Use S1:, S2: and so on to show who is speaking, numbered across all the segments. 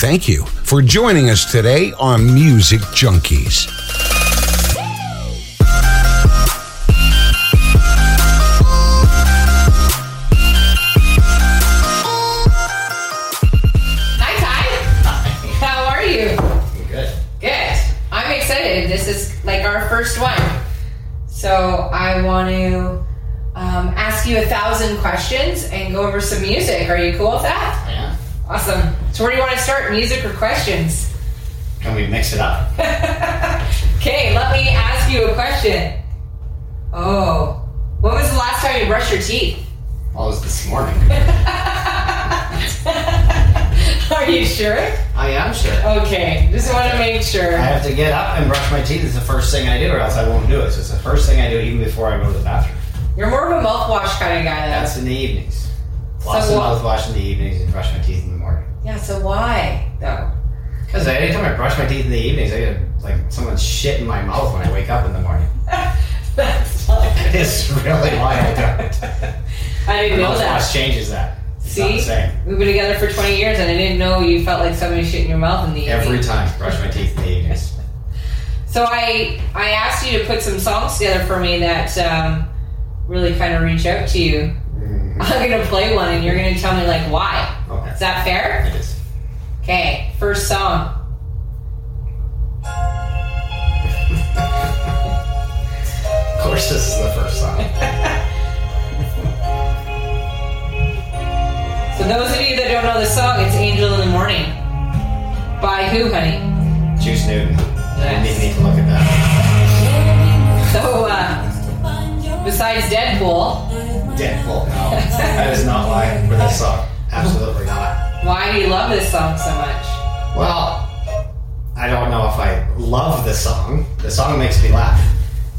S1: thank you for joining us today on Music Junkies.
S2: Hi, Ty. How are you?
S3: Good.
S2: Good. I'm excited. This is like our first one. So I want to um, ask you a thousand questions and go over some music. Are you cool with that?
S3: Yeah.
S2: Awesome. So where do you want to start, music or questions?
S3: Can we mix it up?
S2: Okay, let me ask you a question. Oh, when was the last time you brushed your teeth?
S3: Well, it was this morning.
S2: Are you sure?
S3: I am sure.
S2: Okay, just want to make sure.
S3: I have to get up and brush my teeth. It's the first thing I do, or else I won't do it. So it's the first thing I do, even before I go to the bathroom.
S2: You're more of a mouthwash kind of guy, though.
S3: That's in the evenings. Lots
S2: So
S3: of
S2: what-
S3: mouthwash in the evenings and brush my teeth in the morning.
S2: Yeah, so why though?
S3: Because anytime I brush my teeth in the evenings, I get like someone's shit in my mouth when I wake up in the morning.
S2: That's not good.
S3: It's really why I don't.
S2: I didn't know that.
S3: Mouthwash changes that. It's not
S2: See?
S3: the same.
S2: We've been together for 20 years and I didn't know you felt like somebody shit in your mouth in the
S3: Every
S2: evening.
S3: time, brush my teeth in the evenings.
S2: So I I asked you to put some songs together for me that um, really kind of reach out to you.
S3: Mhm.
S2: I'm going to play one and you're going to tell me like why.
S3: Okay.
S2: Is that fair?
S3: It is.
S2: Okay, first song.
S3: Of course, this is the first song.
S2: So those of you that don't know the song, it's Angel in the Morning. By who, honey?
S3: Juice Newton.
S2: Yes.
S3: I didn't need to look at that.
S2: So uh, besides Deadpool,
S3: Deadpool. No, that is not lying with this song. Absolutely not.
S2: why do you love this song so much?
S3: Well, I don't know if I love the song. The song makes me laugh,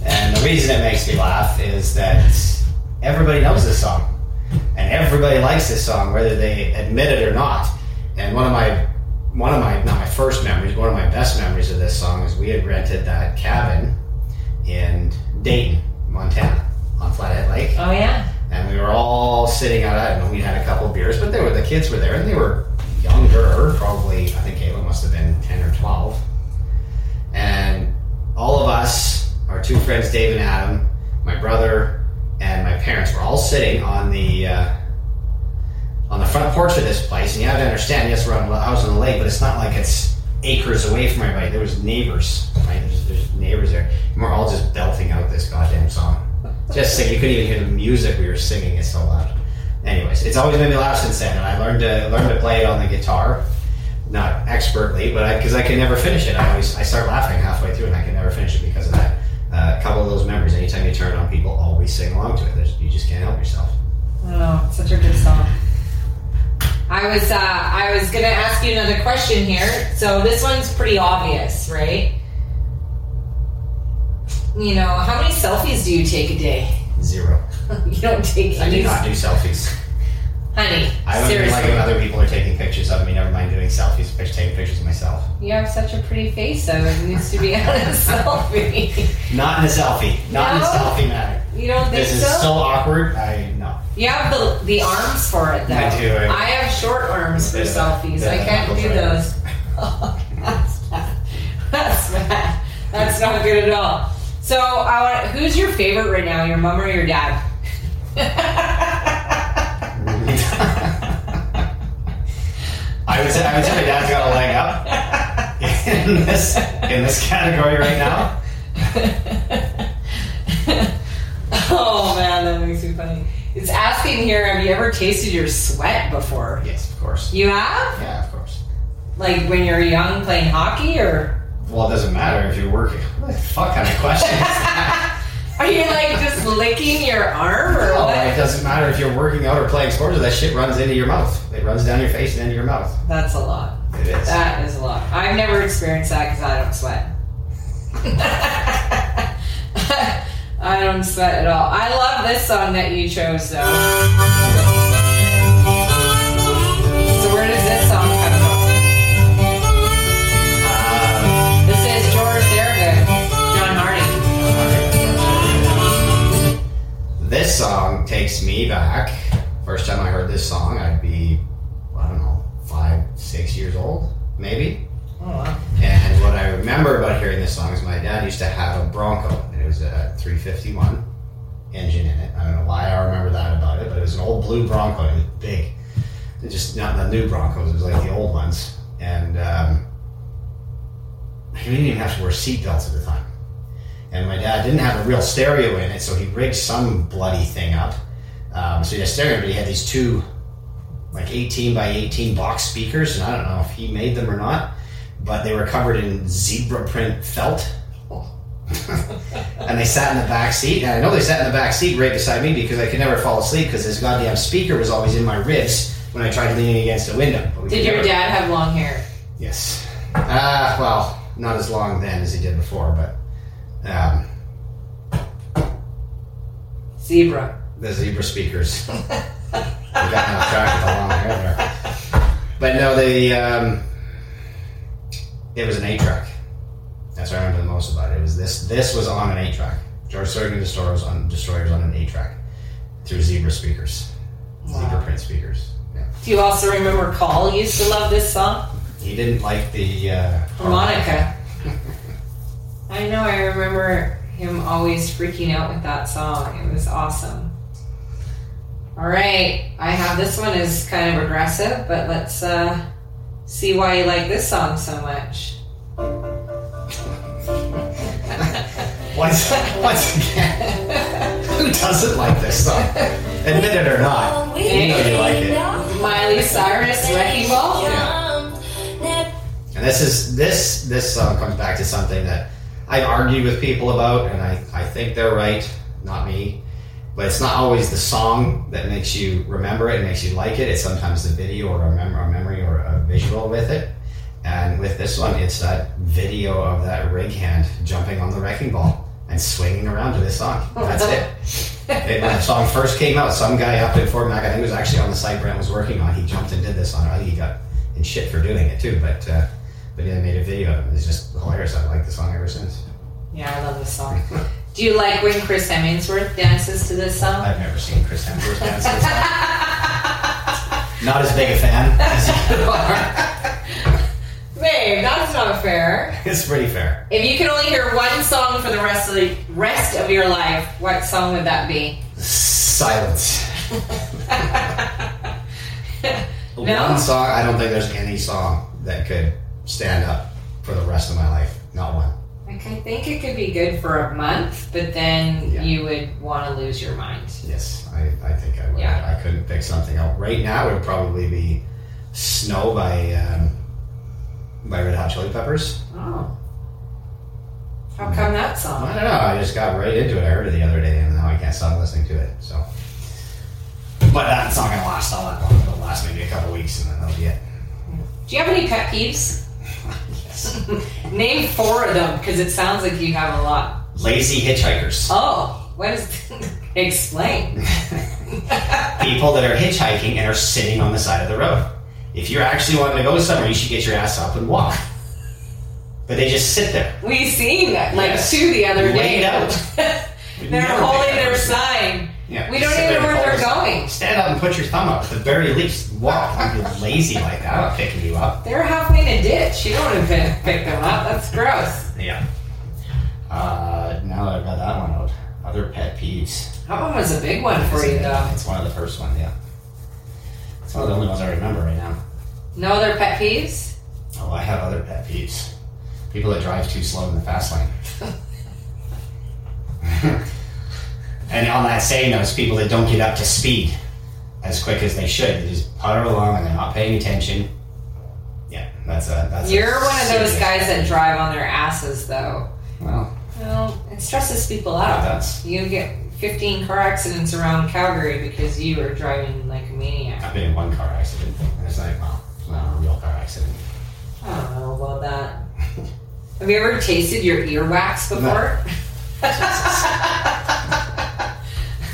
S3: and the reason it makes me laugh is that everybody knows this song, and everybody likes this song, whether they admit it or not. And one of my one of my not my first memories, one of my best memories of this song is we had rented that cabin in Dayton, Montana, on Flathead Lake.
S2: Oh yeah.
S3: and we were all sitting out. I don't know, we had a couple beers, but they were the kids were there, and they were younger, probably. I think Kayla must have been ten or twelve, and all of us, our two friends Dave and Adam, my brother, and my parents were all sitting on the uh, on the front porch of this place. And you have to understand, yes, we're on I was on the lake, but it's not like it's acres away from everybody. There was neighbors, right? There's, there's neighbors there, and we're all just belting out this goddamn song. Just sing. You couldn't even hear the music we were singing. It's so loud. Anyways, it's always made me laugh since then, and I learned to learned to play it on the guitar, not expertly, but because I, can never finish it. I always I start laughing halfway through, and I can never finish it because of that. Uh, a couple of those memories. Anytime you turn it on, people always sing along to it. There's, you just can't help yourself.
S2: Oh, such a good song. I was uh, I was gonna ask you another question here. So this one's pretty obvious, right? You know, how many selfies do you take a day?
S3: Zero.
S2: you don't take
S3: I
S2: any,
S3: do not do selfies.
S2: honey.
S3: I don't even
S2: seriously,
S3: like when other people are taking pictures of me. Never mind doing selfies, pic- taking pictures of myself.
S2: you have such a pretty face, though. It needs to be on a selfie.
S3: Not in a selfie. Not in a
S2: No?
S3: selfie matter.
S2: You don't think
S3: This is
S2: so?
S3: so awkward. I no.
S2: You have the, the arms for it, though.
S3: I do, I-
S2: I have short arms for
S3: Yeah,
S2: selfies.
S3: yeah,
S2: I can't
S3: knuckles
S2: do
S3: right.
S2: those. Oh, that's bad. That's bad. That's not good at all. So, I want, who's your favorite right now? Your mom or your dad?
S3: I would say I would say my dad's got a leg up in this in this category right now.
S2: oh man, that makes me funny. It's asking here. Have you ever tasted your sweat before?
S3: Yes, of course.
S2: You have,
S3: Yeah, of course.
S2: like when you're young playing hockey, or
S3: Well, it doesn't matter if you're working. What the fuck kind of question? is that?
S2: are you like just licking your arm or
S3: Oh,
S2: what?
S3: it doesn't matter if you're working out or playing sports. That shit runs into your mouth. It runs down your face and into your mouth.
S2: That's a lot.
S3: It is.
S2: That is a lot. I've never experienced that because I don't sweat. I don't sweat at all. I love this song that you chose, though. So where does this song come from?
S3: Um,
S2: This is George Thorogood, John Hardy.
S3: This song takes me back. First time I heard this song, I'd be, I don't know, five, six years old. maybe.
S2: Oh, wow.
S3: And what I remember about hearing this song is my dad used to have a Bronco, and it was a 351 engine in it. I don't know why I remember that about it, but it was an old blue Bronco. and It was big. It just not the new Broncos. It was like the old ones, and um, he didn't even have to wear seatbelts at the time. And my dad didn't have a real stereo in it, so he rigged some bloody thing up. Um, so he had a stereo, but he had these two like 18 by 18 box speakers, and I don't know if he made them or not, but they were covered in zebra print felt. and they sat in the back seat, and I know they sat in the back seat right beside me because I could never fall asleep because this goddamn speaker was always in my ribs when I tried leaning against a window. But we
S2: Did
S3: could
S2: your
S3: never-
S2: dad have long hair?
S3: Yes. Uh, well, not as long then as he did before, but um,
S2: Zebra.
S3: the zebra speakers. we got off track with the long hair there. But no, the um, it was an eight track. That's what I remember the most about it. It was this. This was on an eight track. George Thorogood Destroyer was on Destroyers on an eight track through zebra speakers, zebra
S2: Wow.
S3: print speakers. Yeah.
S2: Do you also remember Call used to love this song?
S3: He didn't like the uh,
S2: Harmonica. I know, I remember him always freaking out with that song. It was awesome. All right, I have this one is kind of aggressive, but let's uh, see why you like this song so much.
S3: Once, once again, who doesn't like this song? Admit it or not, you know you like it.
S2: Miley Cyrus, Wrecking Ball.
S3: And this is this this song comes back to something that I've argued with people about, and I, I think they're right, not me. But it's not always the song that makes you remember it, and makes you like it. It's sometimes the video or a, mem- a memory or a visual with it. And with this one, it's that video of that rig hand jumping on the wrecking ball and swinging around to this song. That's it. And when the song first came out, some guy up in Fort Mac, I think it was actually on the site Brent was working on, he jumped and did this on it. I think he got in shit for doing it too, but uh, but yeah, I made a video of it. It's just hilarious. I've liked the song ever since.
S2: Yeah, I love this song. Do you like when Chris Hemmingsworth dances to this song?
S3: I've never seen Chris Hemsworth dance this song. Not as big a fan as you are.
S2: Babe, that's not fair.
S3: It's pretty fair.
S2: If you could only hear one song for the rest of the rest of your life, what song would that be?
S3: Silence.
S2: No?
S3: One song, I don't think there's any song that could stand up for the rest of my life. Not one.
S2: Like I think it could be good for a month, but then
S3: Yeah.
S2: you would want to lose your mind.
S3: Yes, I, I think I would.
S2: Yeah.
S3: I couldn't pick something out. Right now, it would probably be Snow by um, by Red Hot Chili Peppers.
S2: Oh. How come that song?
S3: I don't know. I just got right into it. I heard it the other day, and now I can't stop listening to it. So, but that's not gonna last all that long. It'll last maybe a couple weeks, and then that'll be it.
S2: Do you have any pet peeves?
S3: Yes.
S2: Name four of them because it sounds like you have a lot.
S3: Lazy hitchhikers.
S2: Oh, what is? Explain.
S3: people that are hitchhiking and are sitting on the side of the road. If you're actually wanting to go somewhere, you should get your ass up and walk. But they just sit there.
S2: We seen that like
S3: Yes.
S2: two the other
S3: Laid
S2: day.
S3: out.
S2: They're holding their sign.
S3: Yeah,
S2: We don't
S3: just sit
S2: even
S3: there
S2: know where
S3: and
S2: they're
S3: hold us-
S2: going.
S3: Stand up and put your thumb up. At the very least, walk. Don't be lazy like that. I'm not picking you up.
S2: They're halfway in a ditch. You don't want to pick, pick them up. That's gross.
S3: Yeah. Uh, now that I've got that one out, other pet peeves.
S2: That one was a big one for you, though.
S3: It's one of the first ones, yeah. It's one of the only ones I remember right now.
S2: No other pet peeves?
S3: Oh, I have other pet peeves. People that drive too slow in the fast lane. and on that same note, it's people that don't get up to speed as quick as they should. They just putter along and they're not paying attention. Yeah, that's a that's. a
S2: You're one of those
S3: serious-
S2: guys that drive on their asses, though.
S3: Well,
S2: Well, it stresses people out.
S3: that's.
S2: You get 15 car accidents around Calgary because you were driving like a maniac.
S3: I've been in one car accident, and it's like, well, it's not a real car accident.
S2: I don't know about that. Have you ever tasted your earwax before?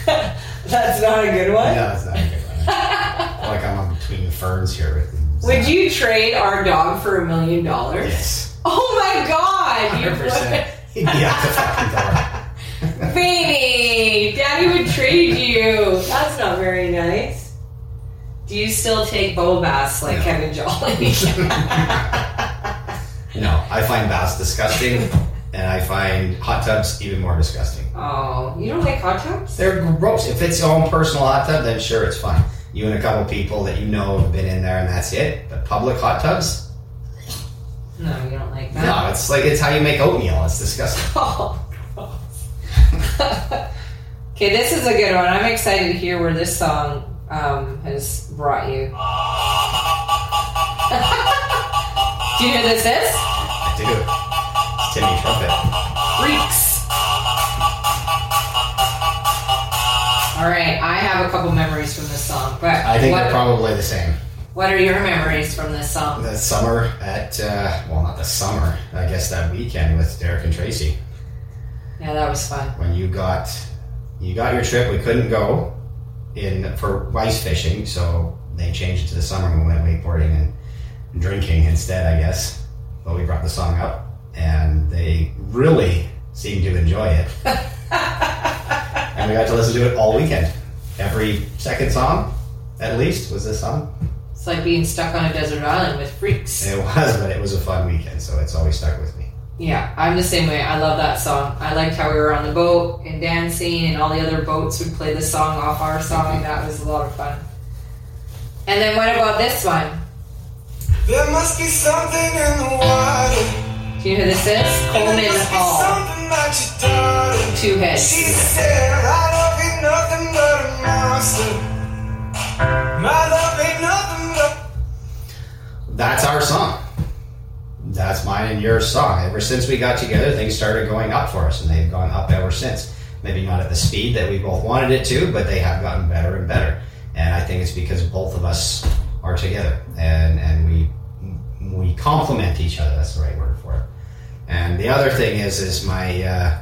S2: That's not a good one.
S3: No, it's not a good one. like I'm on between the ferns here. With
S2: Would you trade our dog for a million dollars?
S3: Yes.
S2: Oh my god!
S3: Hundred percent.
S2: You're
S3: He'd be out the fucking door.
S2: baby. Daddy would trade you. That's not very nice. Do you still take bobas like
S3: No.
S2: Kevin Jolly?
S3: No, I find baths disgusting, and I find hot tubs even more disgusting.
S2: Oh, you don't like hot tubs?
S3: They're gross. If it's your own personal hot tub, then sure, it's fine. You and a couple people that you know have been in there, and that's it. But public hot tubs?
S2: No, you don't like that.
S3: No, it's like it's how you make oatmeal. It's disgusting.
S2: Oh, gross. okay, this is a good one. I'm excited to hear where this song um, has brought you. Do you know who this is?
S3: I do. It's Timmy Trumpet.
S2: Freaks. All right, I have a couple memories from this song, but
S3: I think
S2: what,
S3: they're probably the same.
S2: what are your memories from this song?
S3: The summer at uh, well, not the summer. I guess that weekend with Derek and Tracy.
S2: Yeah, that was fun.
S3: when you got you got your trip. We couldn't go in for ice fishing, so they changed it to the summer. and We went wakeboarding and drinking instead, I guess. But we brought the song up, and they really seemed to enjoy it. and we got to listen to it all weekend. Every second song, at least, was this song.
S2: It's like being stuck on a desert island with freaks.
S3: It was, but it was a fun weekend, so it's always stuck with me.
S2: Yeah, I'm the same way. I love that song. I liked how we were on the boat and dancing, and all the other boats would play the song off our song. That was a lot of fun. And then what about this one?
S4: There must be something in the water.
S2: Do you know who this is? Coleman
S4: there must be
S2: Hall,
S4: something that you done.
S2: two
S4: She
S2: hits.
S4: said, I love ain't nothing but a monster. My love ain't nothing but.
S3: that's our song. That's mine and your song. Ever since we got together, things started going up for us, and they've gone up ever since. Maybe not at the speed that we both wanted it to, but they have gotten better and better. And I think it's because both of us are together, and and we we complement each other. That's the right word for it. And the other thing is, is my uh,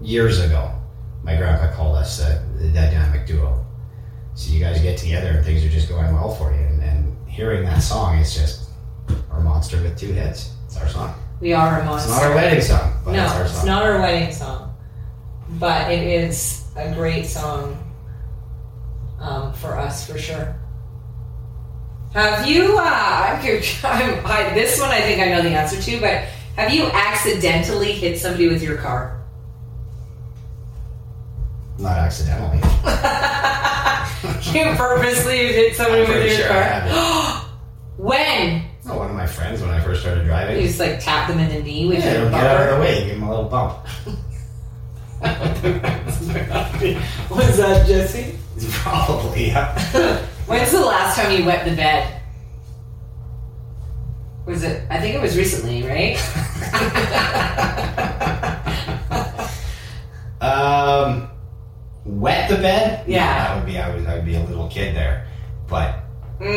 S3: years ago, my grandpa called us uh, the dynamic duo so you guys get together and things are just going well for you and, and hearing that song is just our monster with two hits it's our song
S2: We are a
S3: it's
S2: monster.
S3: not our wedding song but it's
S2: no,
S3: our
S2: it's
S3: song
S2: not our wedding song, but it is a great song um, for us for sure. Have you? Uh, I'm, cur- I'm, I, this one I think I know the answer to, but have you accidentally hit somebody with your car?
S3: not accidentally
S2: you purposely hit somebody
S3: I'm
S2: with
S3: pretty
S2: your
S3: sure I
S2: car. when
S3: no, one of my friends when I first started
S2: you
S3: driving
S2: just like tap them in the knee with
S3: yeah,
S2: your
S3: get out of
S2: bumper.
S3: the way give him a little bump
S2: Was that Jesse?
S3: probably yeah.
S2: When's the last time you wet the bed? Was it? I think it was recently, right?
S3: um wet the bed
S2: Yeah.
S3: that would be I would, I would be a little kid there but had,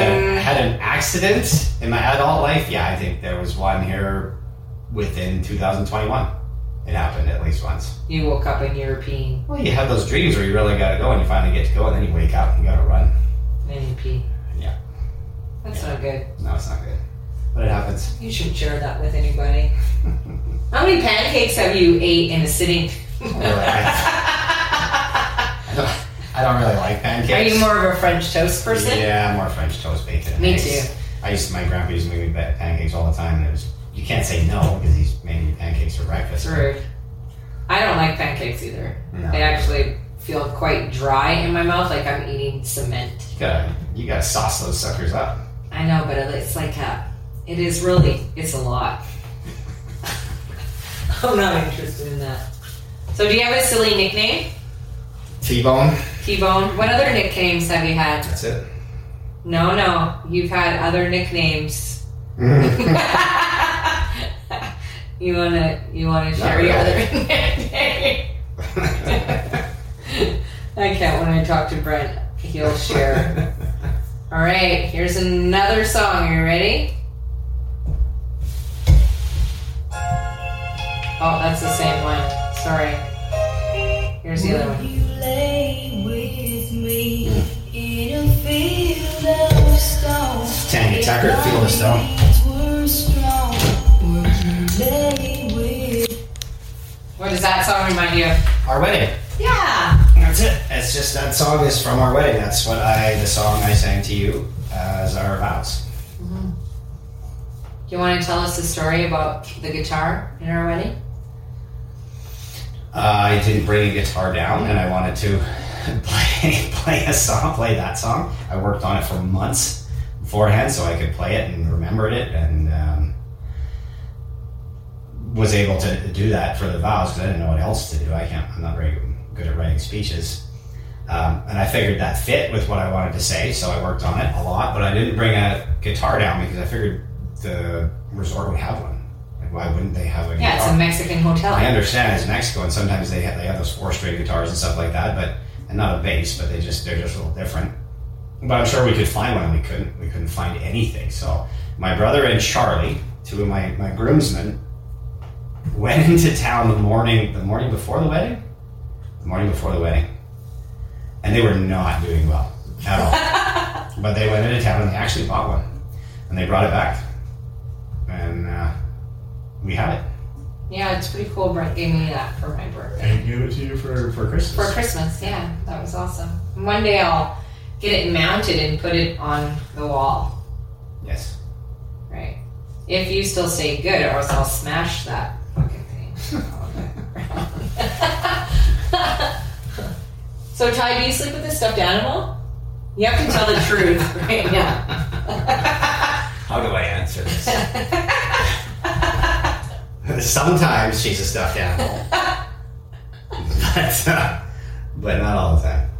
S3: a,
S2: Mm,
S3: had an accident in my adult life. Yeah, I think there was one here within 2021. It happened at least once.
S2: you woke up and you were peeing,
S3: Well, you have those dreams where you really gotta go and you finally get to go, and then you wake up and you gotta run.
S2: and you pee.
S3: Yeah.
S2: That's
S3: Yeah.
S2: not good.
S3: No, it's not good. But it happens.
S2: You shouldn't share that with anybody. How many pancakes have you ate in a sitting?
S3: Really, I, I don't, I don't really like
S2: Are
S3: pancakes.
S2: you more of a French toast person?
S3: Yeah, I'm more French toast bacon. and
S2: Me
S3: eggs.
S2: too.
S3: I used to, my grandpa used to make me ba- pancakes all the time, and it was you can't say no because he's making you pancakes for breakfast.
S2: It's rude. I don't like pancakes either.
S3: No.
S2: They actually feel quite dry in my mouth, like I'm eating cement.
S3: You gotta you gotta sauce those suckers up.
S2: I know, but it's like a, it is really, it's a lot. I'm not interested in that. So, do you have a silly nickname?
S3: T-bone.
S2: T Bone. What other nicknames have you had?
S3: That's it.
S2: No, no, you've had other nicknames. you wanna, you wanna share your other nickname? I can't when I talk to Brent. He'll share. All right, here's another song. Are you ready? Oh, that's the same one. Sorry. Here's the other one.
S5: You lay with me in a field of stone.
S3: Tank Attacker, Feel the Stone.
S5: Were strong. Would you lay with
S2: What does that song remind you of?
S3: Our wedding.
S2: Yeah.
S3: That's it. It's just that song is from our wedding. That's uh, what I, the song I sang to you as our vows.
S2: Do you want to tell us the story about the guitar in our wedding?
S3: Uh, I didn't bring a guitar down, and I wanted to play play a song, play that song. I worked on it for months beforehand, so I could play it and remembered it, and um, was able to do that for the vows because I didn't know what else to do. I can't. I'm not very good at writing speeches, um, and I figured that fit with what I wanted to say, so I worked on it a lot. But I didn't bring a guitar down because I figured the resort would have one. Like, why wouldn't they have a
S2: Yeah, it's
S3: guitar?
S2: a Mexican hotel.
S3: I understand it's Mexico, and sometimes they have, they have those four string guitars and stuff like that, but and not a bass, but they just they're just a little different. But I'm sure we could find one, and we couldn't. We couldn't find anything. So my brother and Charlie, two of my my groomsmen, went into town the morning the morning before the wedding, the morning before the wedding, and they were not doing well at all. but they went into town and they actually bought one, and they brought it back, and uh, we had it.
S2: Yeah, it's pretty cool. Brent gave me that for my birthday.
S6: And give it to you for, for
S2: For
S6: Christmas.
S2: Christmas, yeah. That was awesome. One day I'll get it mounted and put it on the wall,
S3: Yes.
S2: right? If you still say good, or else I'll smash that fucking thing. so, Ty, do you sleep with a stuffed animal? You have to tell the truth right now.
S3: How do I answer this? Sometimes she's a stuffed animal, but, uh, but not all the time.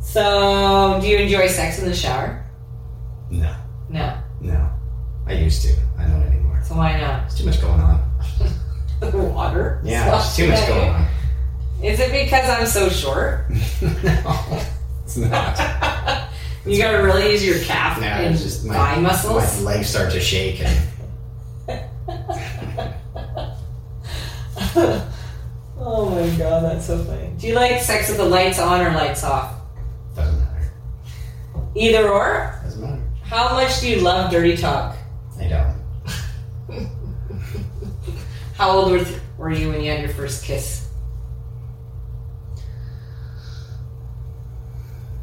S2: so, do you enjoy sex in the shower?
S3: No,
S2: No.
S3: no. I used to. I don't anymore.
S2: So, why not?
S3: There's too much going on.
S2: The water?
S3: Yeah, there's too much going on.
S2: Is it because I'm so short?
S3: no, it's not.
S2: you gotta really use your calf
S3: No,
S2: and
S3: it's just my
S2: thigh
S3: My
S2: muscles.
S3: legs start to shake, and
S2: oh my god, that's so funny. Do you like sex with the lights on or lights off?
S3: doesn't matter.
S2: Either or?
S3: Doesn't matter.
S2: How much do you love dirty talk?
S3: I don't.
S2: How old were, th- were you when you had your first kiss?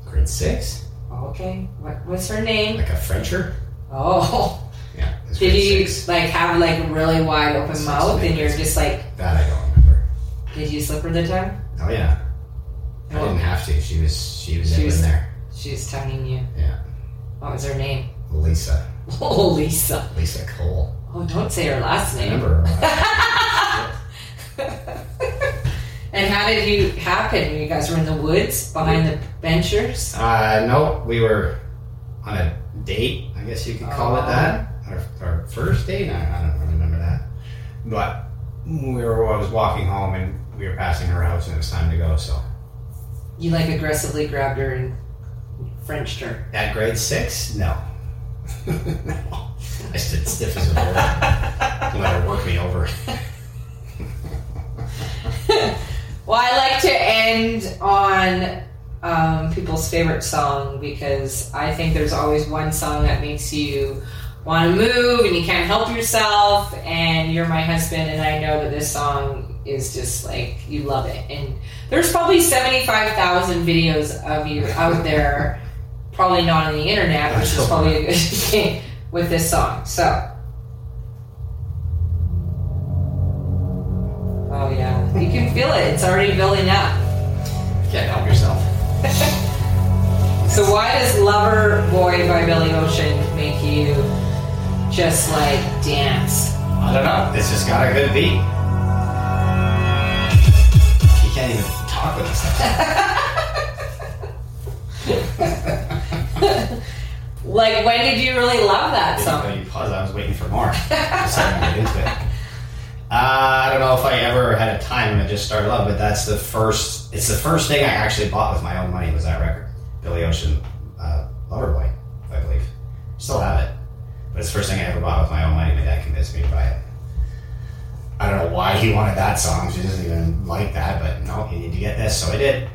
S3: Grade six,
S2: Okay, what was her name?
S3: like a Frencher.
S2: Oh,
S3: Yeah. it was
S2: did
S3: grade
S2: you
S3: six.
S2: like have like a really wide open
S3: Six,
S2: mouth and
S3: maybe.
S2: you're just like,
S3: That I don't remember.
S2: did you slip her the tongue?
S3: Oh yeah. I didn't have to. She was. She was
S2: She
S3: in
S2: was-
S3: there.
S2: She was tonguing you.
S3: Yeah.
S2: What was her name?
S3: Lisa.
S2: Oh, Lisa.
S3: Lisa Cole.
S2: Oh, don't say her last name.
S3: Remember her.
S2: and how did you happen? You guys were in the woods behind the benchers.
S3: uh, no, we were on a date, I guess you could call it that. Our, our first date? I, I don't really remember that. But we were, I was walking home and we were passing her house and it was time to go. So
S2: You like aggressively grabbed her and Frenched her.
S3: at grade six, no. no. I stood stiff as a board. Let her work me over.
S2: Well, I like to end on um, people's favorite song because I think there's always one song that makes you want to move and you can't help yourself. And you're my husband, and I know that this song is just like you love it. And there's probably 75,000 videos of you out there, probably not on the internet, which is probably a good thing with this song. So, oh yeah, you can feel it, it's already building up.
S3: Can't help yourself.
S2: So why does Lover Boy by Billy Ocean make you just like dance?
S3: I don't know. This just got a good beat. You can't even talk with this stuff.
S2: Like when did you really love that
S3: Yeah,
S2: song?
S3: you paused. I was waiting for more. Just having to get into it. Uh, I don't know if I ever had a time when I just started love, but that's the first. It's the first thing I actually bought with my own money was that record, Billy Ocean, uh, Loverboy, I believe. Still have it, but it's the first thing I ever bought with my own money. My dad convinced me to buy it. I don't know why he wanted that song. 'cause He doesn't even like that, but no, you need to get this, so I did,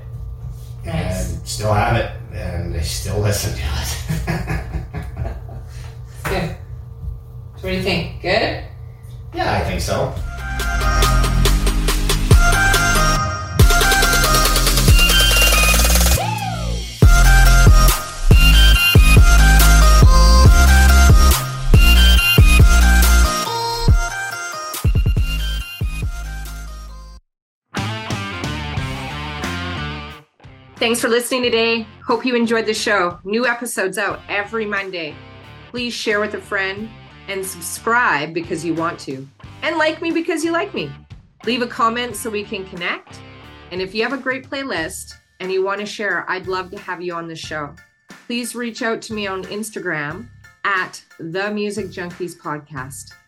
S2: Nice.
S3: and still have it, and I still listen to it.
S2: Good. So what do you think? Good?
S3: yeah, I think so.
S7: Thanks for listening today. Hope you enjoyed the show. New episodes out every Monday. Please share with a friend and subscribe because you want to. And like me because you like me. Leave a comment so we can connect. And if you have a great playlist and you want to share, I'd love to have you on the show. Please reach out to me on Instagram at the Music Junkies Podcast.